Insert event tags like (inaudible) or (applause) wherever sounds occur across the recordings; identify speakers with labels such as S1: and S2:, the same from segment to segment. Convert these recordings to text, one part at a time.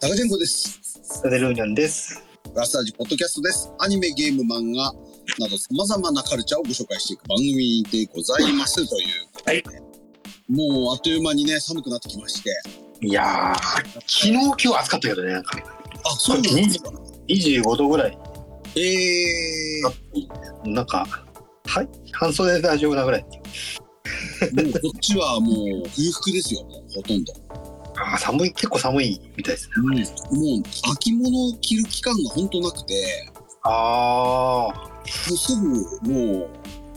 S1: タカチェンコです。
S2: サデルーニョンです。
S1: ラスタージポッドキャストです。アニメ、ゲーム、漫画など様々なカルチャーをご紹介していく番組でございますということで。
S2: はい
S1: もうあっという間にね、寒くなってきまして。
S2: いやー、昨日今日暑かったけどね、なんか
S1: あ、そうなんですか。
S2: 25度ぐらい、
S1: え
S2: なんか、はい、半袖で大丈夫なぐらい。
S1: ー、もうこっちはもう冬服ですよ、もうほとんど。
S2: あー寒い、結構寒いみたいですね。
S1: もう秋物を着る期間が本当なくて、
S2: ああ、
S1: もうすぐもう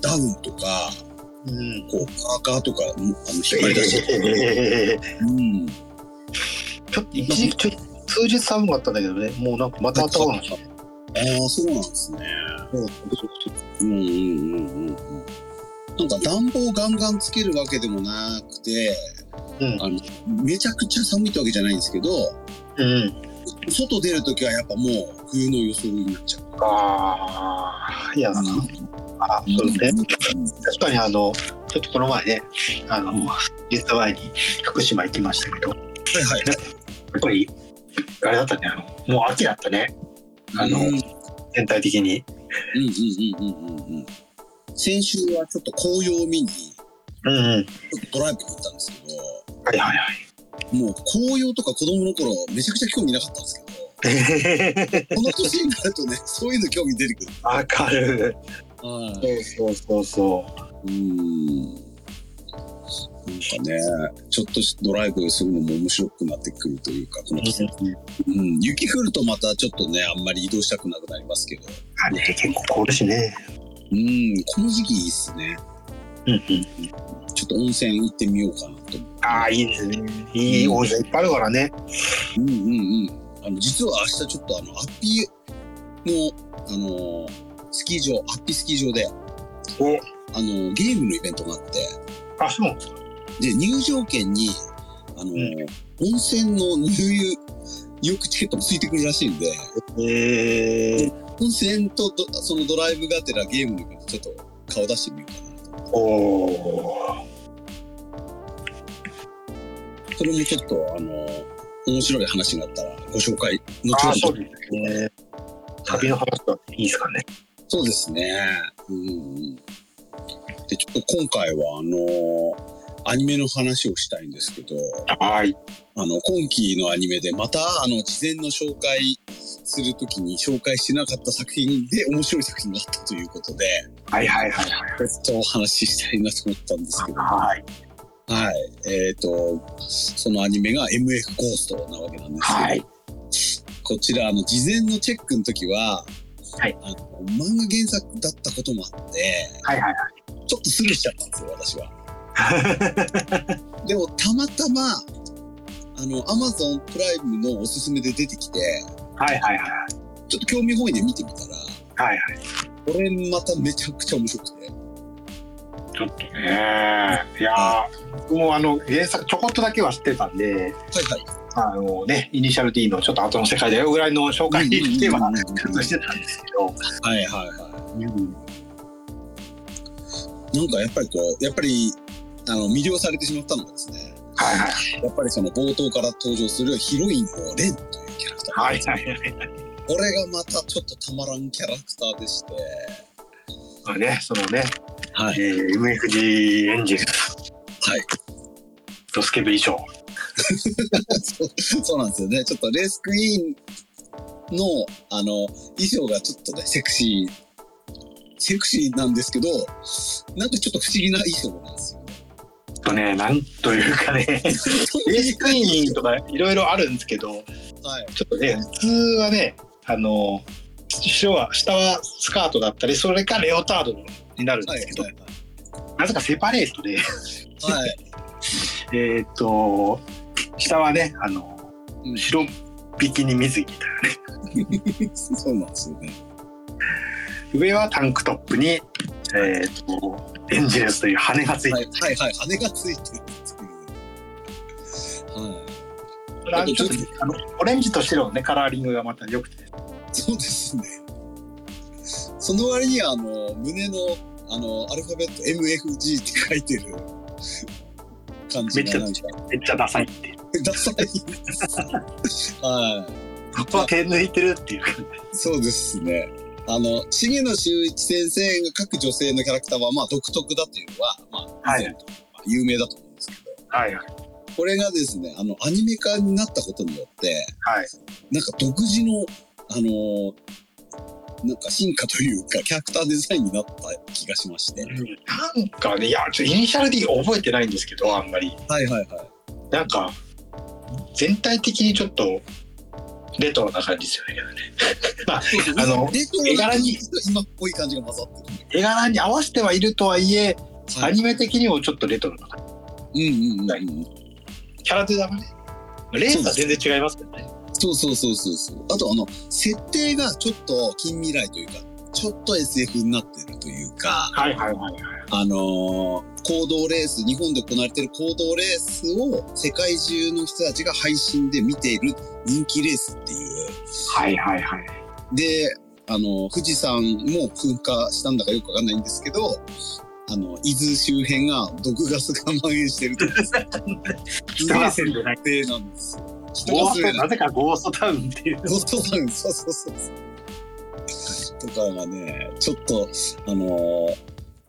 S1: ダウンとか、
S2: うん。
S1: こうパーカーとか、もうあの引っ張り出して。
S2: えー
S1: うん。
S2: ちょっと一時期ちょ数日寒かったんだけどね、もうなんかまた暖かくなった。
S1: ああ、そうなんですね。
S2: う
S1: う
S2: ん
S1: んうんうんうんうん。なんか暖房ガンガンつけるわけでもなくて、
S2: うん
S1: あのめちゃくちゃ寒いってわけじゃないんですけど、
S2: うん。
S1: 外出るときはやっぱもう冬の装いになっちゃう。
S2: ああ、いや、なんかあーそうですね。確かにあの、ちょっとこの前ね、あの、実は前に福島行きましたけど、
S1: はいはい。
S2: やっぱり、あれだったね、あのもう秋だったね、あの
S1: うんうん
S2: 全体的に。
S1: うんうんうんうんうん。先週はちょっと紅葉を見に、ち
S2: うんうん。
S1: ょっとドライブに行ったんですけど、
S2: はいはいはい。
S1: もう紅葉とか子供の頃めちゃくちゃ興味なかったんですけど、この年になるとね、そういうの興味出てくる。
S2: わかる。
S1: はい
S2: そうそうそうそう。
S1: うーんなんかね、ちょっとしドライブするのも面白くなってくるというか、この季節、うん、雪降るとまたちょっとね、あんまり移動したくなくなりますけど、
S2: あれ結構凍るしね。
S1: うん、この時期いいっすね。
S2: うんうん。
S1: ちょっと温泉行ってみようかなと。
S2: ああいいですね。いい
S1: うん
S2: 温泉いっぱいあるからね。
S1: うんうんうん。あの、実は明日ちょっとあの、アッピーの、あのースキー場、アッピースキー場で、
S2: お
S1: あの、ゲームのイベントがあって、
S2: あそうなんですか。
S1: で、入場券に、あの、温泉の入湯、入浴チケットもついてくるらしいんで、
S2: ええ
S1: 温泉とどそのドライブがてらゲームのイベントちょっと顔出してみようかなと。
S2: おお。
S1: それもちょっと、あの、面白い話があったらご紹介、後
S2: あ
S1: ほ
S2: あそ
S1: ど
S2: う。ですね。旅の話はいいですかね。
S1: そうですね。うん。で、ちょっと今回は、あの、アニメの話をしたいんですけど、
S2: はい。
S1: あの、今期のアニメで、また、あの、事前の紹介するときに紹介してなかった作品で面白い作品があったということで、
S2: はいはいはいはい。
S1: ちょっとお話ししたいなと思ったんですけど、は
S2: はい。
S1: い。えっ、と、そのアニメが MF ゴーストなわけなんですけど、
S2: はい。
S1: こちら、あの、事前のチェックの時は、
S2: はい
S1: あの漫画原作だったこともあって、
S2: はいはい
S1: ちょっとスルーしちゃったんですよ、私は。
S2: はい。 (laughs)
S1: でも、たまたま、あの、アマゾンプライムのおすすめで出てきて、
S2: はいはいはい。
S1: ちょっと興味本位で見てみたら、
S2: はいはい。
S1: これまためちゃくちゃ面白くて。
S2: ちょっとね、いやー、僕もあの原作ちょこっとだけは知ってたんで、
S1: はいは
S2: あのね、イニシャル D のちょっと後の世界だよぐらいの紹介
S1: い。
S2: では、
S1: うんうん
S2: ちょっ
S1: うん
S2: としてたんですけど、
S1: はいはいははい。なんかやっぱりこう、やっぱり、あの、魅了されてしまったのがですね、
S2: はいはい
S1: やっぱりその冒頭から登場するヒロインのレンというキャラクター。
S2: はいはいはい
S1: これがまたちょっとたまらんキャラクターでして。 (laughs)
S2: まあね、そのね、
S1: は
S2: え。ー、MFG エンジン、
S1: はい。
S2: ドスケベ衣装、
S1: そうそうなんですよね。ちょっとレースクイーンの、あの、衣装がちょっとね、セクシー、セクシーなんですけど、なんかちょっと不思議な衣装なんですよね。
S2: ちょっとね、なんというかね、レースクイーンとかいろいろあるんですけど、
S1: はい。
S2: ちょっとね、普通はね、あの、下は下はスカートだったり、それかレオタードになるん
S1: はい
S2: ですけど、。なぜかセパレートで、 (laughs)
S1: はい。
S2: えーっと、下はね、あの
S1: う、ん
S2: 白ビキニ水着だよね。
S1: そうなんですよね。
S2: 上はタンクトップに、えーっと、エンジェルスという羽がついて
S1: は
S2: る。
S1: いはいはい。羽がついてるんですけどね。はい。
S2: これはちょっとねあのオレンジと白のね、カラーリングがまた良くて。
S1: そうですね。その割には、あの、胸の、あの、アルファベット MFG って書いてる感じがなんか、
S2: めっちゃダサいっていう。
S1: ダサい。はい。
S2: そこは手抜いてるっていう感じ。
S1: そうですね。あの、重野修一先生が書く女性のキャラクターは、まあ、独特だというのは、まあ、
S2: はい
S1: 以前とまあ有名だと思うんですけど、
S2: はいはい。
S1: これがですね、あの、アニメ化になったことによって、
S2: はい。
S1: なんか独自の、あのーなんか進化というか、キャラクターデザインになった気がしまして。
S2: なんかね、いや、ちょっとイニシャル D 覚えてないんですけど、あんまり。
S1: はいはいはい。
S2: なんか、全体的にちょっと、レトロな感じですよね。まあ、あの、
S1: レトロ
S2: 絵柄に
S1: 今っぽい感じが混ざってる。
S2: 絵柄に合わせてはいるとはいえ、アニメ的にもちょっとレトロな感
S1: うんうんうんうん。
S2: じ。キャラデザがね。レースは全然違いますけどね。
S1: そうそうそうそうそう。あとあの、設定がちょっと近未来というか、ちょっと SF になってるというか、
S2: はいはいはい。
S1: あのー行動レース、日本で行われてる行動レースを世界中の人たちが配信で見ている人気レースっていう。
S2: はいはいはい。
S1: で、あの、富士山も噴火したんだかよくわかんないんですけど、あの、伊豆周辺が毒ガスが蔓延してるとか。す
S2: 人
S1: げえ
S2: が
S1: 設
S2: 住んでない。
S1: 定なんですよ。人
S2: ゴ
S1: が
S2: ー
S1: 住
S2: ス
S1: め
S2: ト、
S1: ない
S2: なぜかゴーストタウンっていう。
S1: ロストさん、そうそうそうそう。とかがね、ちょっと、あのー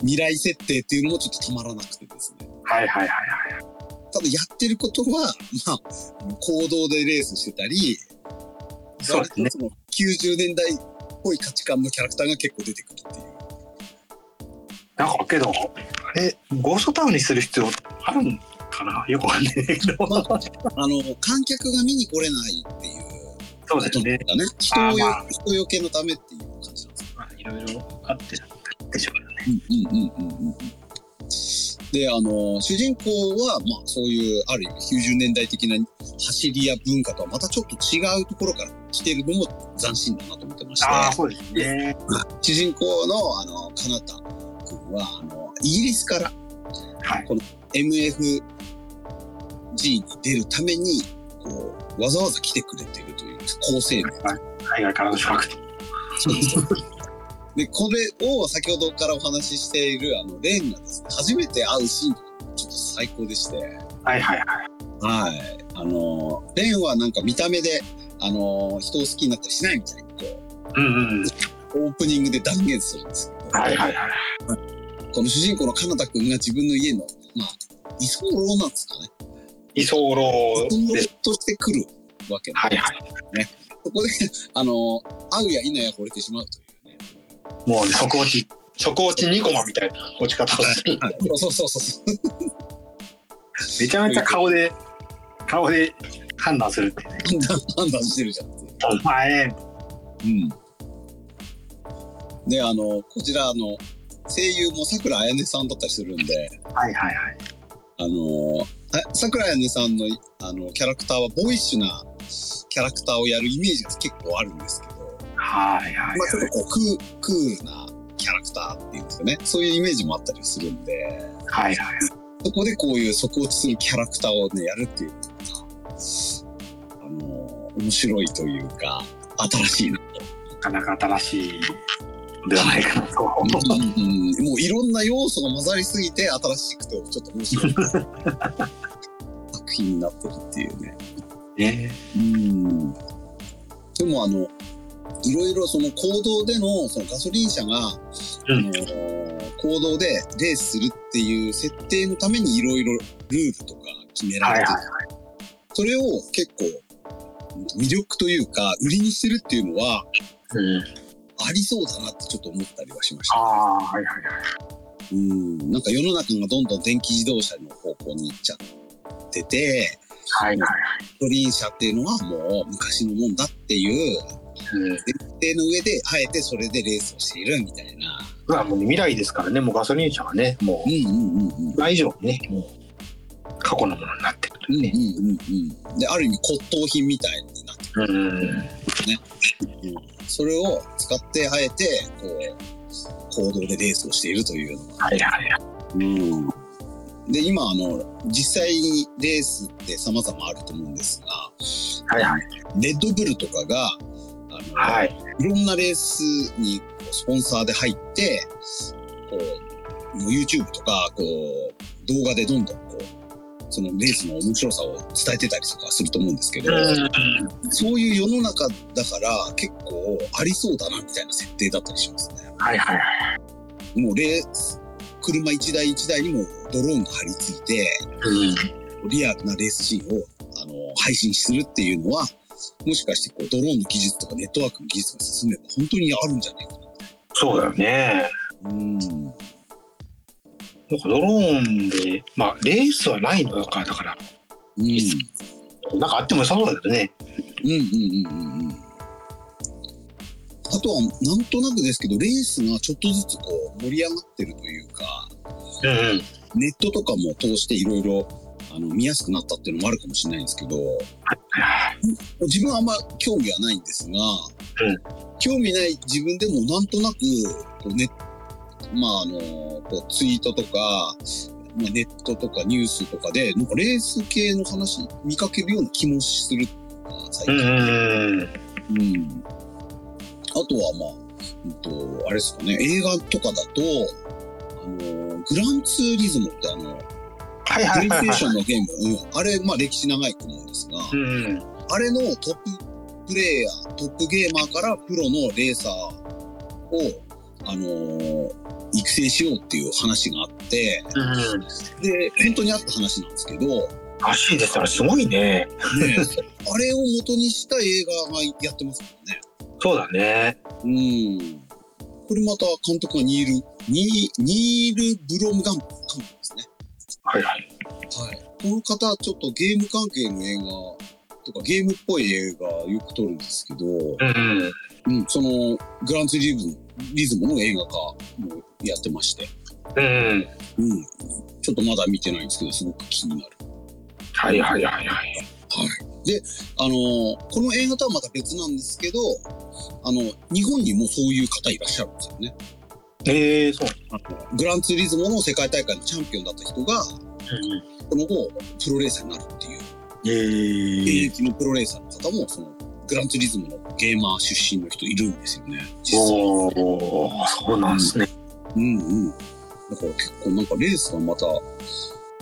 S1: 未来設定っていうのもちょっとたまらなくてですね。
S2: はいはいはいはい。
S1: ただやってることは、まあ、行動でレースしてたり、
S2: そうです
S1: 割
S2: ね。
S1: とその90年代っぽい価値観のキャラクターが結構出てくるっていう。
S2: なんかけど、あれ、ゴーストタウンにする必要あるんかなよくわかんないけど。
S1: まあ、あの、観客が見に来れないっていう
S2: そ
S1: こ
S2: うで
S1: と
S2: す
S1: なん
S2: ね。
S1: だね。人
S2: あ
S1: を
S2: ー
S1: よ、
S2: まあ
S1: 人よけのためっていう感じなんですね
S2: まあいろいろあってでしょうね。
S1: うんうんうんうんうん。であの主人公は、まあ、そういうある意味90年代的な走りや文化とはまたちょっと違うところから来てるのも斬新だなと思ってまして
S2: ああ、そうですね。
S1: 主人公のあのカナタ君はあのイギリスから
S2: はい。
S1: MFG に出るためにこうわざわざ来てくれてるという構成名
S2: 海外からの資格と。
S1: でこれを先ほどからお話ししているあのレンがですね初めて会うシーンとかちょっと最高でして。
S2: はいはいは
S1: は
S2: い。
S1: い。あの、レンはなんか見た目で、あの、人を好きになったりしないみたいに、こ
S2: うんうん。
S1: う、オープニングで断言するんですけど、
S2: はいはいはい。
S1: この主人公のカナダ君が自分の家の、まあ、居候なんですかね。
S2: 居候です。
S1: 居候として来るわけなん
S2: は
S1: で
S2: い
S1: す。
S2: はい。
S1: そこで、あの、会うや否や惚れてしまうというね。
S2: もう、ね、底落ち、底落ち2コマみたいな落ち方をする。
S1: はい。そうそうそうそう。
S2: めちゃめちゃ顔で、顔で判断するっていうね。
S1: 判断、判断してるじゃんっていう。
S2: お前、
S1: うん。で、あの、こちら、あの、声優も桜彩音さんだったりするんで、
S2: はいはいはい。
S1: あのー、あ桜井姉さんのあのキャラクターはボーイッシュなキャラクターをやるイメージが結構あるんですけど、
S2: はいはい
S1: まあ、ちょっ
S2: は
S1: とこうクークールなキャラクターっていうんですかねそういうイメージもあったりするんで
S2: い。はいはい。
S1: そこでこういう底落ちするキャラクターをねやるっていうのが、あのー面白いというか新しいな
S2: なかなか新しいのではないかなとは思う。
S1: うんもういろんな要素が混ざりすぎて新しくてちょっと面白い作品になってるっていうね。
S2: ね。
S1: うんでもあのいろいろその行動でのそのガソリン車が、
S2: うん
S1: あの行動でレースするっていう設定のためにいろいろルールとか決められてる、
S2: は
S1: それを結構うん魅力というか売りにしてるっていうのは
S2: うん。
S1: ありそうだなってちょっと思ったりはしまし
S2: あ
S1: た。
S2: あ、はいはいはい。
S1: うんなんか世の中がどんどん電気自動車の方向に行っちゃってて
S2: はいはい
S1: ガソリン車っていうのはもう昔のもんだっていう
S2: はい。うん
S1: 設定の上で、あえてそれでレースをしているみたいな。
S2: まあ、もう未来ですからね、もうガソリン車はね、も
S1: うん
S2: う、
S1: うんうんうん。
S2: 今以上にね、もう、過去のものになってると
S1: う
S2: いうんね。
S1: うんうんうん。で、ある意味骨董品みたいになって
S2: うん。うん
S1: る。それを使って、あえて、こう、行動でレースをしているというのが。
S2: はいはいはい。
S1: うん。で、今、あの、実際にレースって様々あると思うんですが、
S2: はいはい。
S1: レッドブルとかが、あの、
S2: はい。
S1: いろんなレースにこうスポンサーで入って、こう、もう YouTube とか、こう、動画でどんどんこう、そのレースの面白さを伝えてたりとかすると思うんですけど、
S2: うん
S1: そういう世の中だから結構ありそうだなみたいな設定だったりしますね。
S2: はいはいはい。
S1: もうレース車一台一台にもドローンが張り付いて
S2: うん
S1: リアルなレースシーンをあの配信するっていうのはもしかしてこうドローンの技術とかネットワークの技術が進めば本当にあるんじゃないかな。
S2: そうだよね。
S1: うん
S2: なんかドローンで、まあ、レースはないのか、だから、
S1: うん
S2: なんかあっても良さそうだけどね。
S1: うんうんうんうんうんあとはなんとなくですけどレースがちょっとずつこう盛り上がってるというか
S2: うんうん。
S1: ネットとかも通していろいろあの見やすくなったっていうのもあるかもしれないんですけど自分はあんま興味はないんですが、
S2: うん
S1: 興味ない自分でもなんとなくこう、ねまあ、あのこうツイートとかまあネットとかニュースとかでなんかレース系の話見かけるような気もする最近
S2: うんうんうん。
S1: うん、あとはまあ、うんと、あれですかね、映画とかだと、あのーグランツーリズムってあの、
S2: はい
S1: プ
S2: は
S1: レ
S2: い
S1: イ
S2: は
S1: ステ
S2: い
S1: ー
S2: は
S1: シ
S2: い。
S1: ョンのゲーム、うんあれ、まあ歴史長いと思うんですが、
S2: うんうん。
S1: あれのトッププレイヤー、トップゲーマーからプロのレーサーを、あのー育成しようっていう話があって、
S2: うん。
S1: で、本当にあった話なんですけど、ね、
S2: らしいですから、すごいね。
S1: あれを元にした映画がやってますもんね。
S2: そうだね。
S1: うん。これまた監督がニール、ニーニール・ブロムガン監督ですね。
S2: はいはい。
S1: はい。この方、ちょっとゲーム関係の映画とかゲームっぽい映画よく撮るんですけど、
S2: うんうん。
S1: うん、そのグランツーリズムリズムの映画化もやってまして、
S2: うんうん。
S1: うん。ちょっとまだ見てないんですけど、すごく気になる。
S2: はいはいはいはい。
S1: あのー、この映画とはまた別なんですけど、あの、日本にもそういう方いらっしゃるんですよね。
S2: ええ、そう。
S1: グランツーリズムの世界大会のチャンピオンだった人が、その後、プロレーサーになるっていう、
S2: ええ。
S1: 現役のプロレーサーの方も、その、グランツーリズムのゲーマー出身の人いるんですよね、実際。
S2: おお、そうなんですね。
S1: うんうん。だから結構なんかレースがまた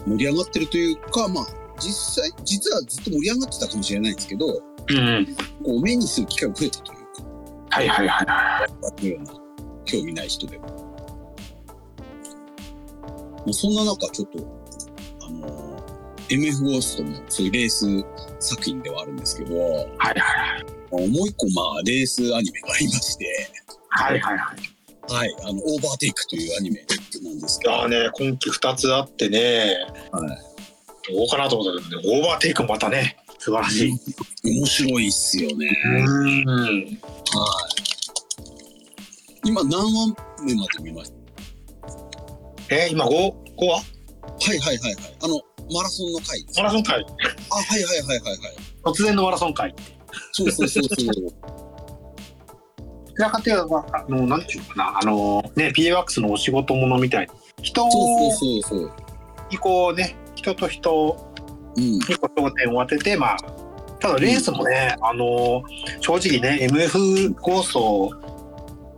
S1: 盛り上がってるというか、まあ、実際、実はずっと盛り上がってたかもしれないんですけど、こ
S2: うん。
S1: う、目にする機会が増えたというか、
S2: はいはいはいは
S1: あるような興味ない人でも。まあ、そんな中、ちょっと、あのー MF ゴーストもそういうレース作品ではあるんですけど、
S2: い。はいはいはい。
S1: あのもう一個、まあ、レースアニメがありまして、
S2: はいはいはい。
S1: はい、あの、オーバーテイクというアニメなんですけ
S2: い
S1: ど、
S2: やーね、今季2つあってね、
S1: は
S2: どうかなと思ったけどね、オーバーテイクまたね、素晴らしい。
S1: 面白いっすよね。
S2: うん。
S1: 今、何話目まで見まし
S2: え、今5、5は
S1: たはいはいはいはい。あの、マラソンの回です。
S2: マ
S1: あ、
S2: ラソン会。
S1: はいはいはいはいはい。
S2: 突然のマラソン会。
S1: そうそうそうそう。
S2: どちらかというと、あの、なんていうのかな、あの、ね、PWAX のお仕事ものみたいに、人
S1: そうそうそうそう。
S2: にこうね、人と人
S1: うん。
S2: にこう焦点を当てて、まあ、ただレースもね、あの、正直ね、MF 構想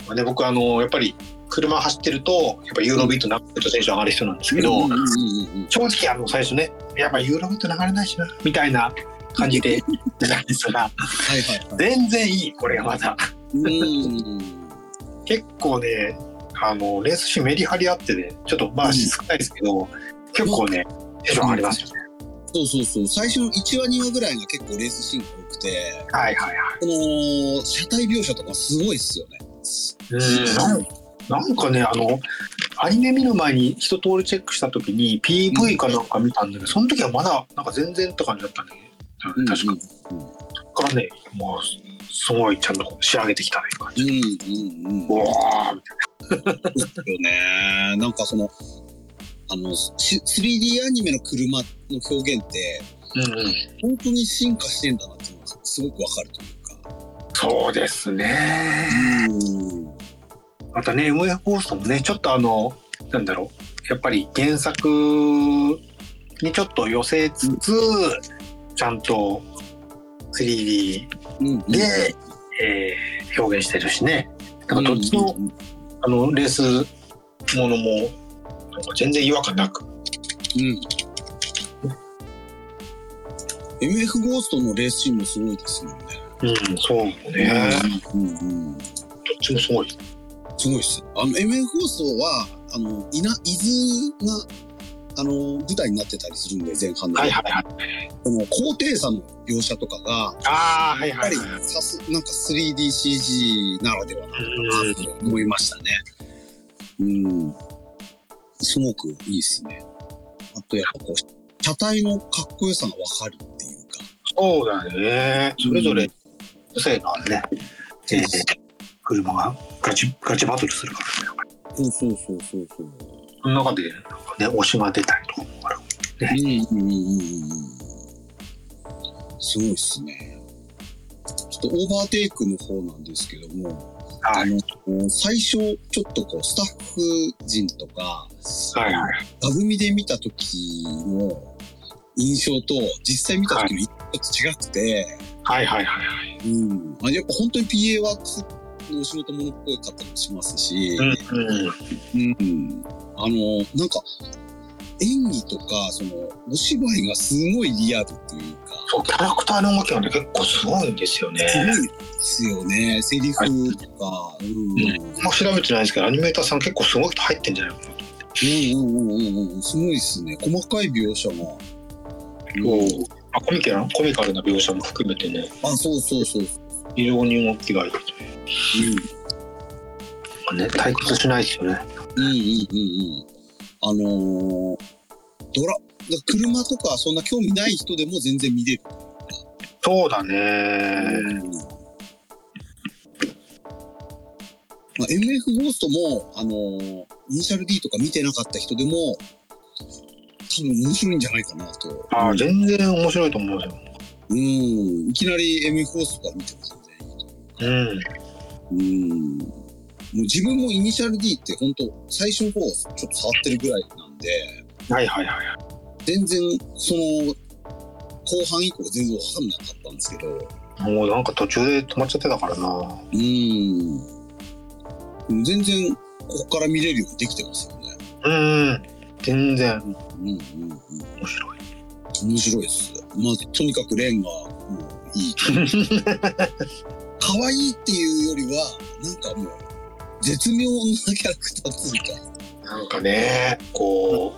S2: はね、僕、あの、やっぱり、車走ってると、やっぱユーロビート流れるとテンション上がる人なんですけど、
S1: うんうんうんうん。
S2: 正直あの最初ねやっぱユーロビット流れないしなみたいな感じで言ってたんですが
S1: はいはいはい。
S2: 全然いいこれがまだ
S1: うん。
S2: 結構ねあのレース中メリハリあってねちょっとま
S1: うん
S2: あ少ないですけど、結構ねテンション上がりますよね、
S1: そうそうそう。最初の1話、2話ぐらいが結構レースシーンが多くて、
S2: はいはいはい
S1: この、車体描写とかすごいっすよね。
S2: うんなんかねあのアニメ見る前に一通りチェックした時に PV かなんか見たんだけどその時はまだなんか全然って感じだったんだね
S1: う
S2: 確
S1: ん
S2: か、そっからねもうすごいちゃんと仕上げてきたね感じ、
S1: うんうんうん。
S2: う
S1: よ
S2: わー
S1: ね。なんかその、あの、し 3D アニメの車の表現って、
S2: うんうん
S1: 本当に進化してんだなっていうのがすごくわかるというか。
S2: そうですね。
S1: うん。
S2: またね、MF ゴーストもね、ちょっとあの、なんだろう、やっぱり原作にちょっと寄せつつ、ちゃんと 3D、
S1: うん。
S2: でえー表現してるしね。なんかどっちの,、
S1: うんうん
S2: あのレースものも、なんか全然違和感なく、
S1: うん。 MF ゴーストのレースシーンもすごいですよね。
S2: うん、そうね。
S1: うんうんうん、
S2: どっちもすごい。
S1: すごいです。あの MF ゴーストはあの稲伊豆があの舞台になってたりするんで前半の、
S2: はいはいはい。
S1: この高低差の描写とかがやっ
S2: ああ、はい
S1: ぱ
S2: はい
S1: り
S2: はい。
S1: さすなんか 3DCG ならではな
S2: うん
S1: のかなと思いましたね。うん、すごくいいですね。あとやっぱこう車体のかっこよさがわかるっていうか。
S2: そうだね。それぞれ個性があるね。えー車がガチガチバトルするからね。
S1: そうそうそうそうそう。
S2: その中でなんかね推しが出たりとかもある。
S1: うんうんうんうんうん。すごいっすね。ちょっとオーバーテイクの方なんですけども、
S2: はい
S1: あの最初ちょっとこうスタッフ陣とか、
S2: はいはい。
S1: 番組で見た時の印象と実際見た時の印象と違くて、
S2: はいはいはいはい。
S1: うん、あやっぱ本当に PA ワークスのお仕事ものっぽい方もしますし、
S2: うんうん。
S1: うん、あのなんか演技とかそのお芝居がすごいリアルというか
S2: そうキャラクターの動きはね結構すごいんですよね。
S1: すごいですよねセリフとか、うん
S2: もう調べてないですけどアニメーターさん結構すごい人入ってんじゃないかなと。
S1: うんうんうんうんうんすごいですね細かい描写が。
S2: そうあコミカルなコミカルな描写も含めてね
S1: あそうそうそう、
S2: 非常に動きがいい。
S1: うん
S2: ね退屈しないですよね。
S1: うんうんうんうん。あのードラ、だ車とかそんな興味ない人でも全然見れる。
S2: そうだね。
S1: うんまあ、MF ゴーストも、あのーイニシャル D とか見てなかった人でも、多分面白いんじゃないかなと。
S2: ああ全然面白いと思うよ。
S1: うん。いきなり MF ゴーストとか見ても全然いいとう
S2: うん。
S1: んもう自分もイニシャル D って本当最初の方ちょっと触ってるぐらいなんで、
S2: はいはいはい。
S1: 全然その後半以降全然わかんなかったんですけど、
S2: もうなんか途中で止まっちゃってたからな。
S1: うん。全然ここから見れるようにできてますよね。
S2: うん。全然
S1: うんうんう
S2: 面白い。
S1: ん。面白いです。まあ、とにかくレンがもう (laughs) いい。可愛いっていうよりは、なんかもう、絶妙なキャラクターっていうか、
S2: なんかね、こ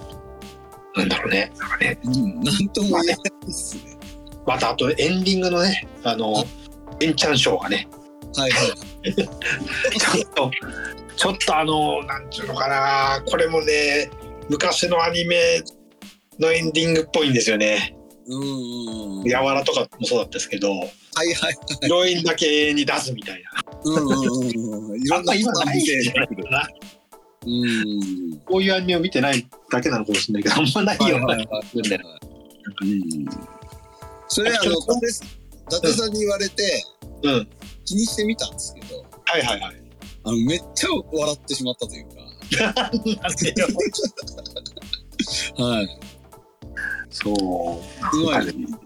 S2: う、なんだろうね。なんかね。
S1: うん、なんとも言えないですね。
S2: またあとエンディングのね、あの、エンチャンショーがね、
S1: はいはい。
S2: ちょっと、ちょっとあの、なんていうのかな、これもね、昔のアニメのエンディングっぽいんですよね。
S1: うんうん。
S2: 柔らとかもそうだったですけど、
S1: はいはい。
S2: ヒロインだけ永遠に出すみたいな。
S1: うんうんうん。いろんなパターン見てるけど。うん。
S2: こういうアニメを見てないだけなのかもしれないけど、あんまないような。
S1: うん。それあの、伊達さん伊達さんに言われて、
S2: うん。
S1: 気にしてみたんですけど、
S2: はいはいはい。
S1: あの、めっちゃ笑ってしまったというか。
S2: なんでよ
S1: はい。
S2: (laughs) そ
S1: すごい、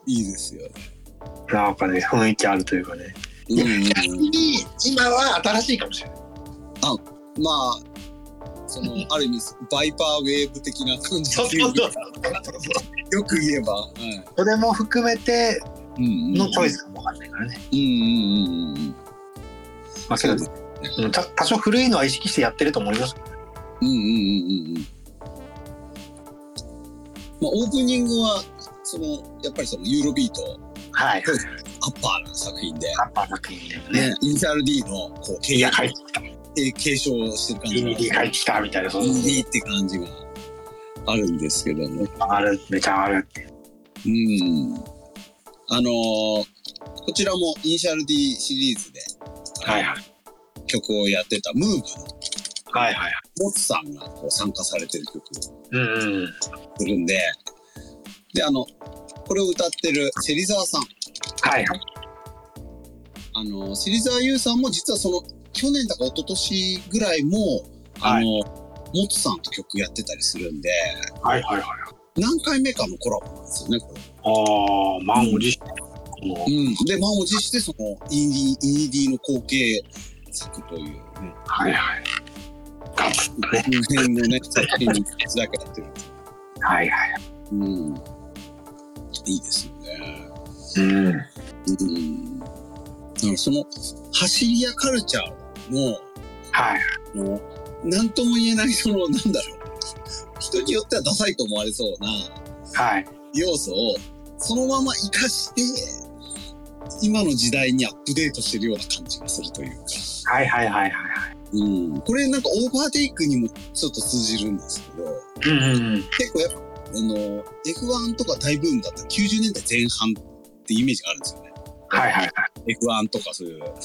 S1: いいですよね。
S2: う。なんかね、雰囲気あるというかね。
S1: うんうんうん。
S2: に今は新しいかもしれない。
S1: まあ、その、ある意味、バイパーウェーブ的な感じ
S2: そうそうそう。
S1: よく言えば。はい。
S2: それも含めて
S1: うん
S2: のチョイスかもわかんないからね。
S1: うんうんうんうん。
S2: まあ、けど、うんた多少古いのは意識してやってると思います。
S1: うんうんうんうんうん。まあ、オープニングは、その、やっぱりそのユーロビート、
S2: はい。
S1: アッパーな作品で、
S2: カッパー作品でもね。
S1: ね、イニシャル D の、こう、
S2: い
S1: 継
S2: や、帰ってきた。
S1: 継承してる感じが。
S2: DVD 帰ってきたみたいな、そうそう
S1: D って感じがあるんですけども。
S2: ある、めちゃある。
S1: うん。あのーこちらもイニシャル D シリーズで、
S2: はいはい。
S1: 曲をやってたムーブの
S2: はいはい。
S1: モツさんがこう参加されてる曲
S2: うんうん。
S1: するんで、で、あの、これを歌ってる芹沢さん。
S2: はいはい。
S1: あの、芹沢優さんも実はその、去年だか一昨年ぐらいも、
S2: は
S1: あ
S2: い
S1: の、モトさんと曲やってたりするんで、
S2: はいはいはい。
S1: 何回目かのコラボなんですよね、これ。
S2: ああ、満を持して。もう
S1: うん。で、満を持して、その、インディ、インディの後継作というね、
S2: はいはい。ガツッとね。
S1: この辺のね、作品に手だけやってる。
S2: はいはい。
S1: うん。いいですよね。
S2: うん。
S1: うん。だからその、走り屋カルチャーの、
S2: はい。
S1: あのなんとも言えない、その、なんだろう。 (laughs) 人によってはダサいと思われそうな
S2: はい。
S1: 要素を、そのまま活かして、今の時代にアップデートしてるような感じがするというか。
S2: はいはいはいはいは
S1: うん。これなんかオーバーテイクにもちょっと通じるんですけど、
S2: い。うんうんうん。
S1: 結構やっぱ、あの、F1 とか大ブームだったら90年代前半ってイメージがあるんですよね。
S2: はいはい
S1: F1 とかそういうレー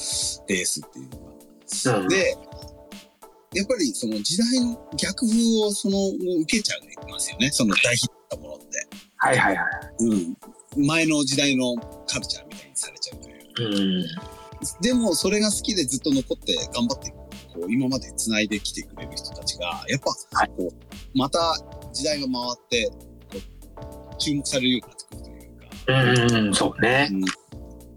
S1: スっていうの
S2: はい。
S1: が。
S2: うん、
S1: で、やっぱりその時代の逆風をその受けちゃいますよね。その大ヒットしたものって。
S2: はいはいはい。
S1: うん。前の時代のカルチャーみたいにされちゃうという。
S2: うん。
S1: でもそれが好きでずっと残って頑張ってこう今まで繋いできてくれる人たちが、やっ
S2: は
S1: ぱこう、また時代が回ってこう注目されるようになってくるというか。
S2: うんうんうん、そうね。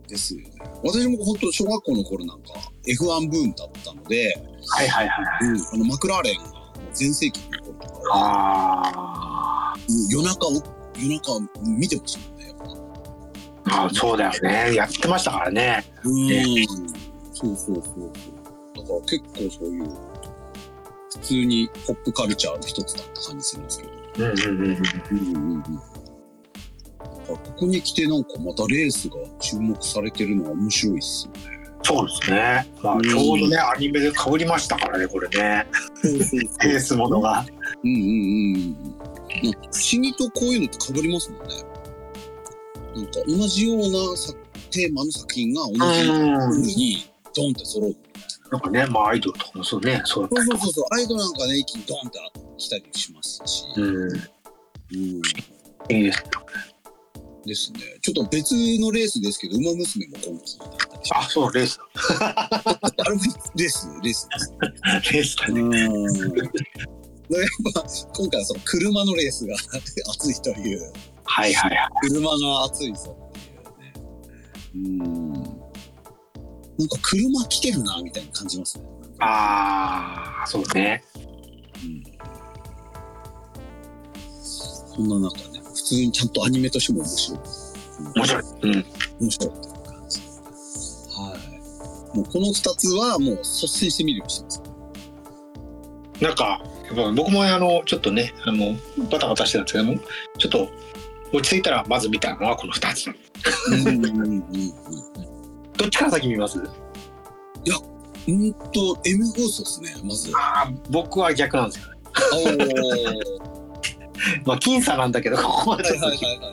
S1: ですよね。私も本当小学校の頃なんか F1 ブームだったので、
S2: はいはいはいはい。
S1: うんあのマクラーレンが全盛期の頃とかは、
S2: あー
S1: うん夜中を夜中見てましたもんね。やっぱ
S2: あ、そうだよね。やってましたからね。
S1: うん。そうそうそうそう。だから結構そういう普通にポップカルチャーの一つだった感じするんですけど。
S2: うんうんうんうん。
S1: うんうんうん。だからここに来てなんかまたレースが注目されてるのは面白いっすね。
S2: そうですね。まあ、ちょうどね、アニメで被りましたからね、これね。
S1: そうそう
S2: ペースものが。
S1: うんうんうんうん。なんか不思議とこういうのって被りますもんね。なんか同じようなさテーマの作品が同
S2: う。
S1: じようんにドンって揃う。
S2: なんかね、まあ、アイドルとかもそうね、そう
S1: そうそうそうそう。アイドルなんかね、一気にドンって来たりしますし。
S2: うん。
S1: うん。
S2: いいです。
S1: ですね。ちょっと別のレースですけど、馬娘も今期だったりし
S2: あ、そう、レース
S1: ます。あれもレース、レースです。
S2: だ。レースだ
S1: う (laughs)
S2: ね。
S1: ん。だからやっぱ今回はその車のレースが (laughs) 熱いという。
S2: はいはいはい。
S1: 車が熱いぞっていうね。うん。なんか車来てるな、みたいに感じますね。
S2: ああ、そうね。
S1: うん。そんな中ね、普通にちゃんとアニメとしても面白い。
S2: 面白い。うん。
S1: 面白いっていう感じ。はい。もうこの二つはもう率先して見るようにしてます。
S2: なんか、やっぱ僕もあの、ちょっとね、あの、バタバタしてたんですけども、ちょっと、落ち着いたら、まず見たのはこの2つ。
S1: うんうんうんうん。
S2: どっちから先見ます
S1: うんと、M 放送ですね、まず。あ
S2: ああ、僕は逆なんですよ。
S1: おー。はい
S2: まあ、僅差なんだけど、ここはちょっと、
S1: はいはいはい。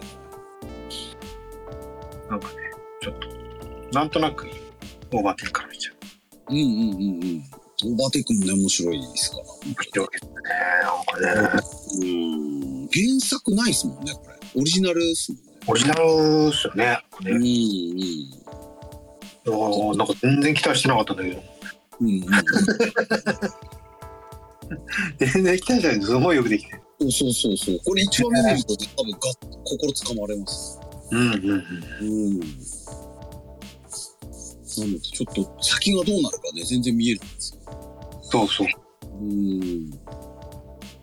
S2: なんとなく、オーバーテンから見ちゃう。
S1: うんうんうんうん。オーバーテイクもね、面白いですから。
S2: 面白いですね。なんかね、
S1: うん原作ないですもんねこれオリジナルですもんね
S2: オリジナルですよね。これね
S1: う
S2: おーなんか全然期待してなかったんだけど。
S1: んうんうん
S2: 全然期待してないけど、すごいよくできてる。
S1: うん (laughs) そうそうそうこれ一番目見ると多分が心つかまれます
S2: うんうんうん。
S1: うんなのでちょっと先がどうなるかね全然見えないんですよ
S2: そうそう。
S1: うん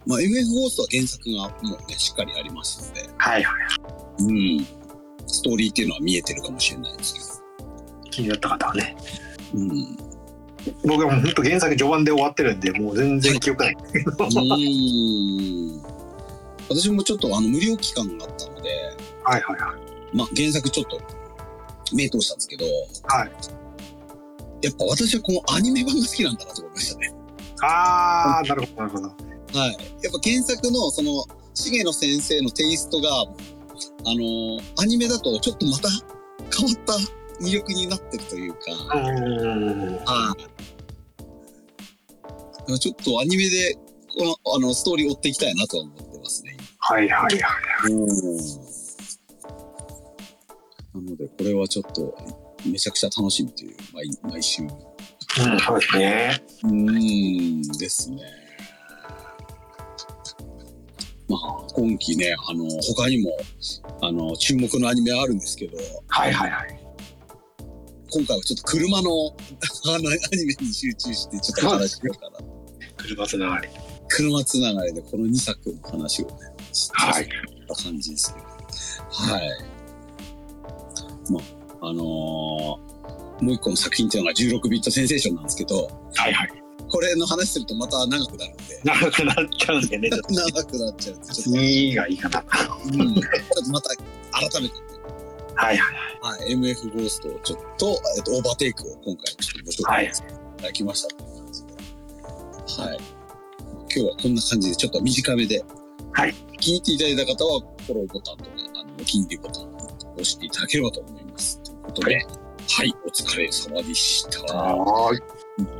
S1: まあ MF ゴーストは原作がもうねしっかりありますので
S2: はいはい。
S1: うんストーリーっていうのは見えてるかもしれないですけど
S2: 気になった方はね。
S1: うん、
S2: 僕はもう本当原作序盤で終わってるんで、もう全然記憶ない。
S1: うん私もちょっとあの無料期間があったので、
S2: はいはいはい。
S1: まあ、原作ちょっと目通したんですけど、
S2: はい
S1: やっぱ私はこのアニメ版が好きなんだなと思いましたね。
S2: ああ、なるほどなるほど。
S1: はい。やっぱ原作のその、重野先生のテイストが、あのーアニメだとちょっとまた変わった魅力になってるというか、
S2: うん。
S1: はい。だからちょっとアニメで、この、あの、ストーリー追っていきたいなとは思ってますね。
S2: はいはいはい。
S1: なので、これはちょっと、めちゃくちゃ楽しみという、毎毎週。
S2: うん、そうですね。
S1: うん、ですね。まあ、今期ね、あの、他にも、あの、注目のアニメはあるんですけど、
S2: はいはいはい。
S1: 今回はちょっと車のあのアニメに集中して、ちょっと話しようかな。
S2: 車つながり。
S1: 車つながりで、この2作の話をね、
S2: はい。
S1: 感じですね。はい。まあ、あのーもう一個の作品っていうのが16ビットセンセーションなんですけど、
S2: はいはい。
S1: これの話するとまた長くなるんで、
S2: 長くなっちゃうんでね、ちょっ
S1: 長くなっちゃうんで、
S2: と。
S1: ちょっ
S2: 次が言い方。
S1: と、うん、ちょっとまた改めて、
S2: はいはい。
S1: はい、MF ゴーストをちょっと、えっと、オーバーテイクを今回ご紹介していただきましたという感じで、はい。今日はこんな感じでちょっと短めで、
S2: はい。
S1: 気に入っていただいた方は、フォローボタンとか、あの、お気に入りボタンを押していただければと思います。ということで、はい、お疲れ様でした。
S2: はーい。
S1: うん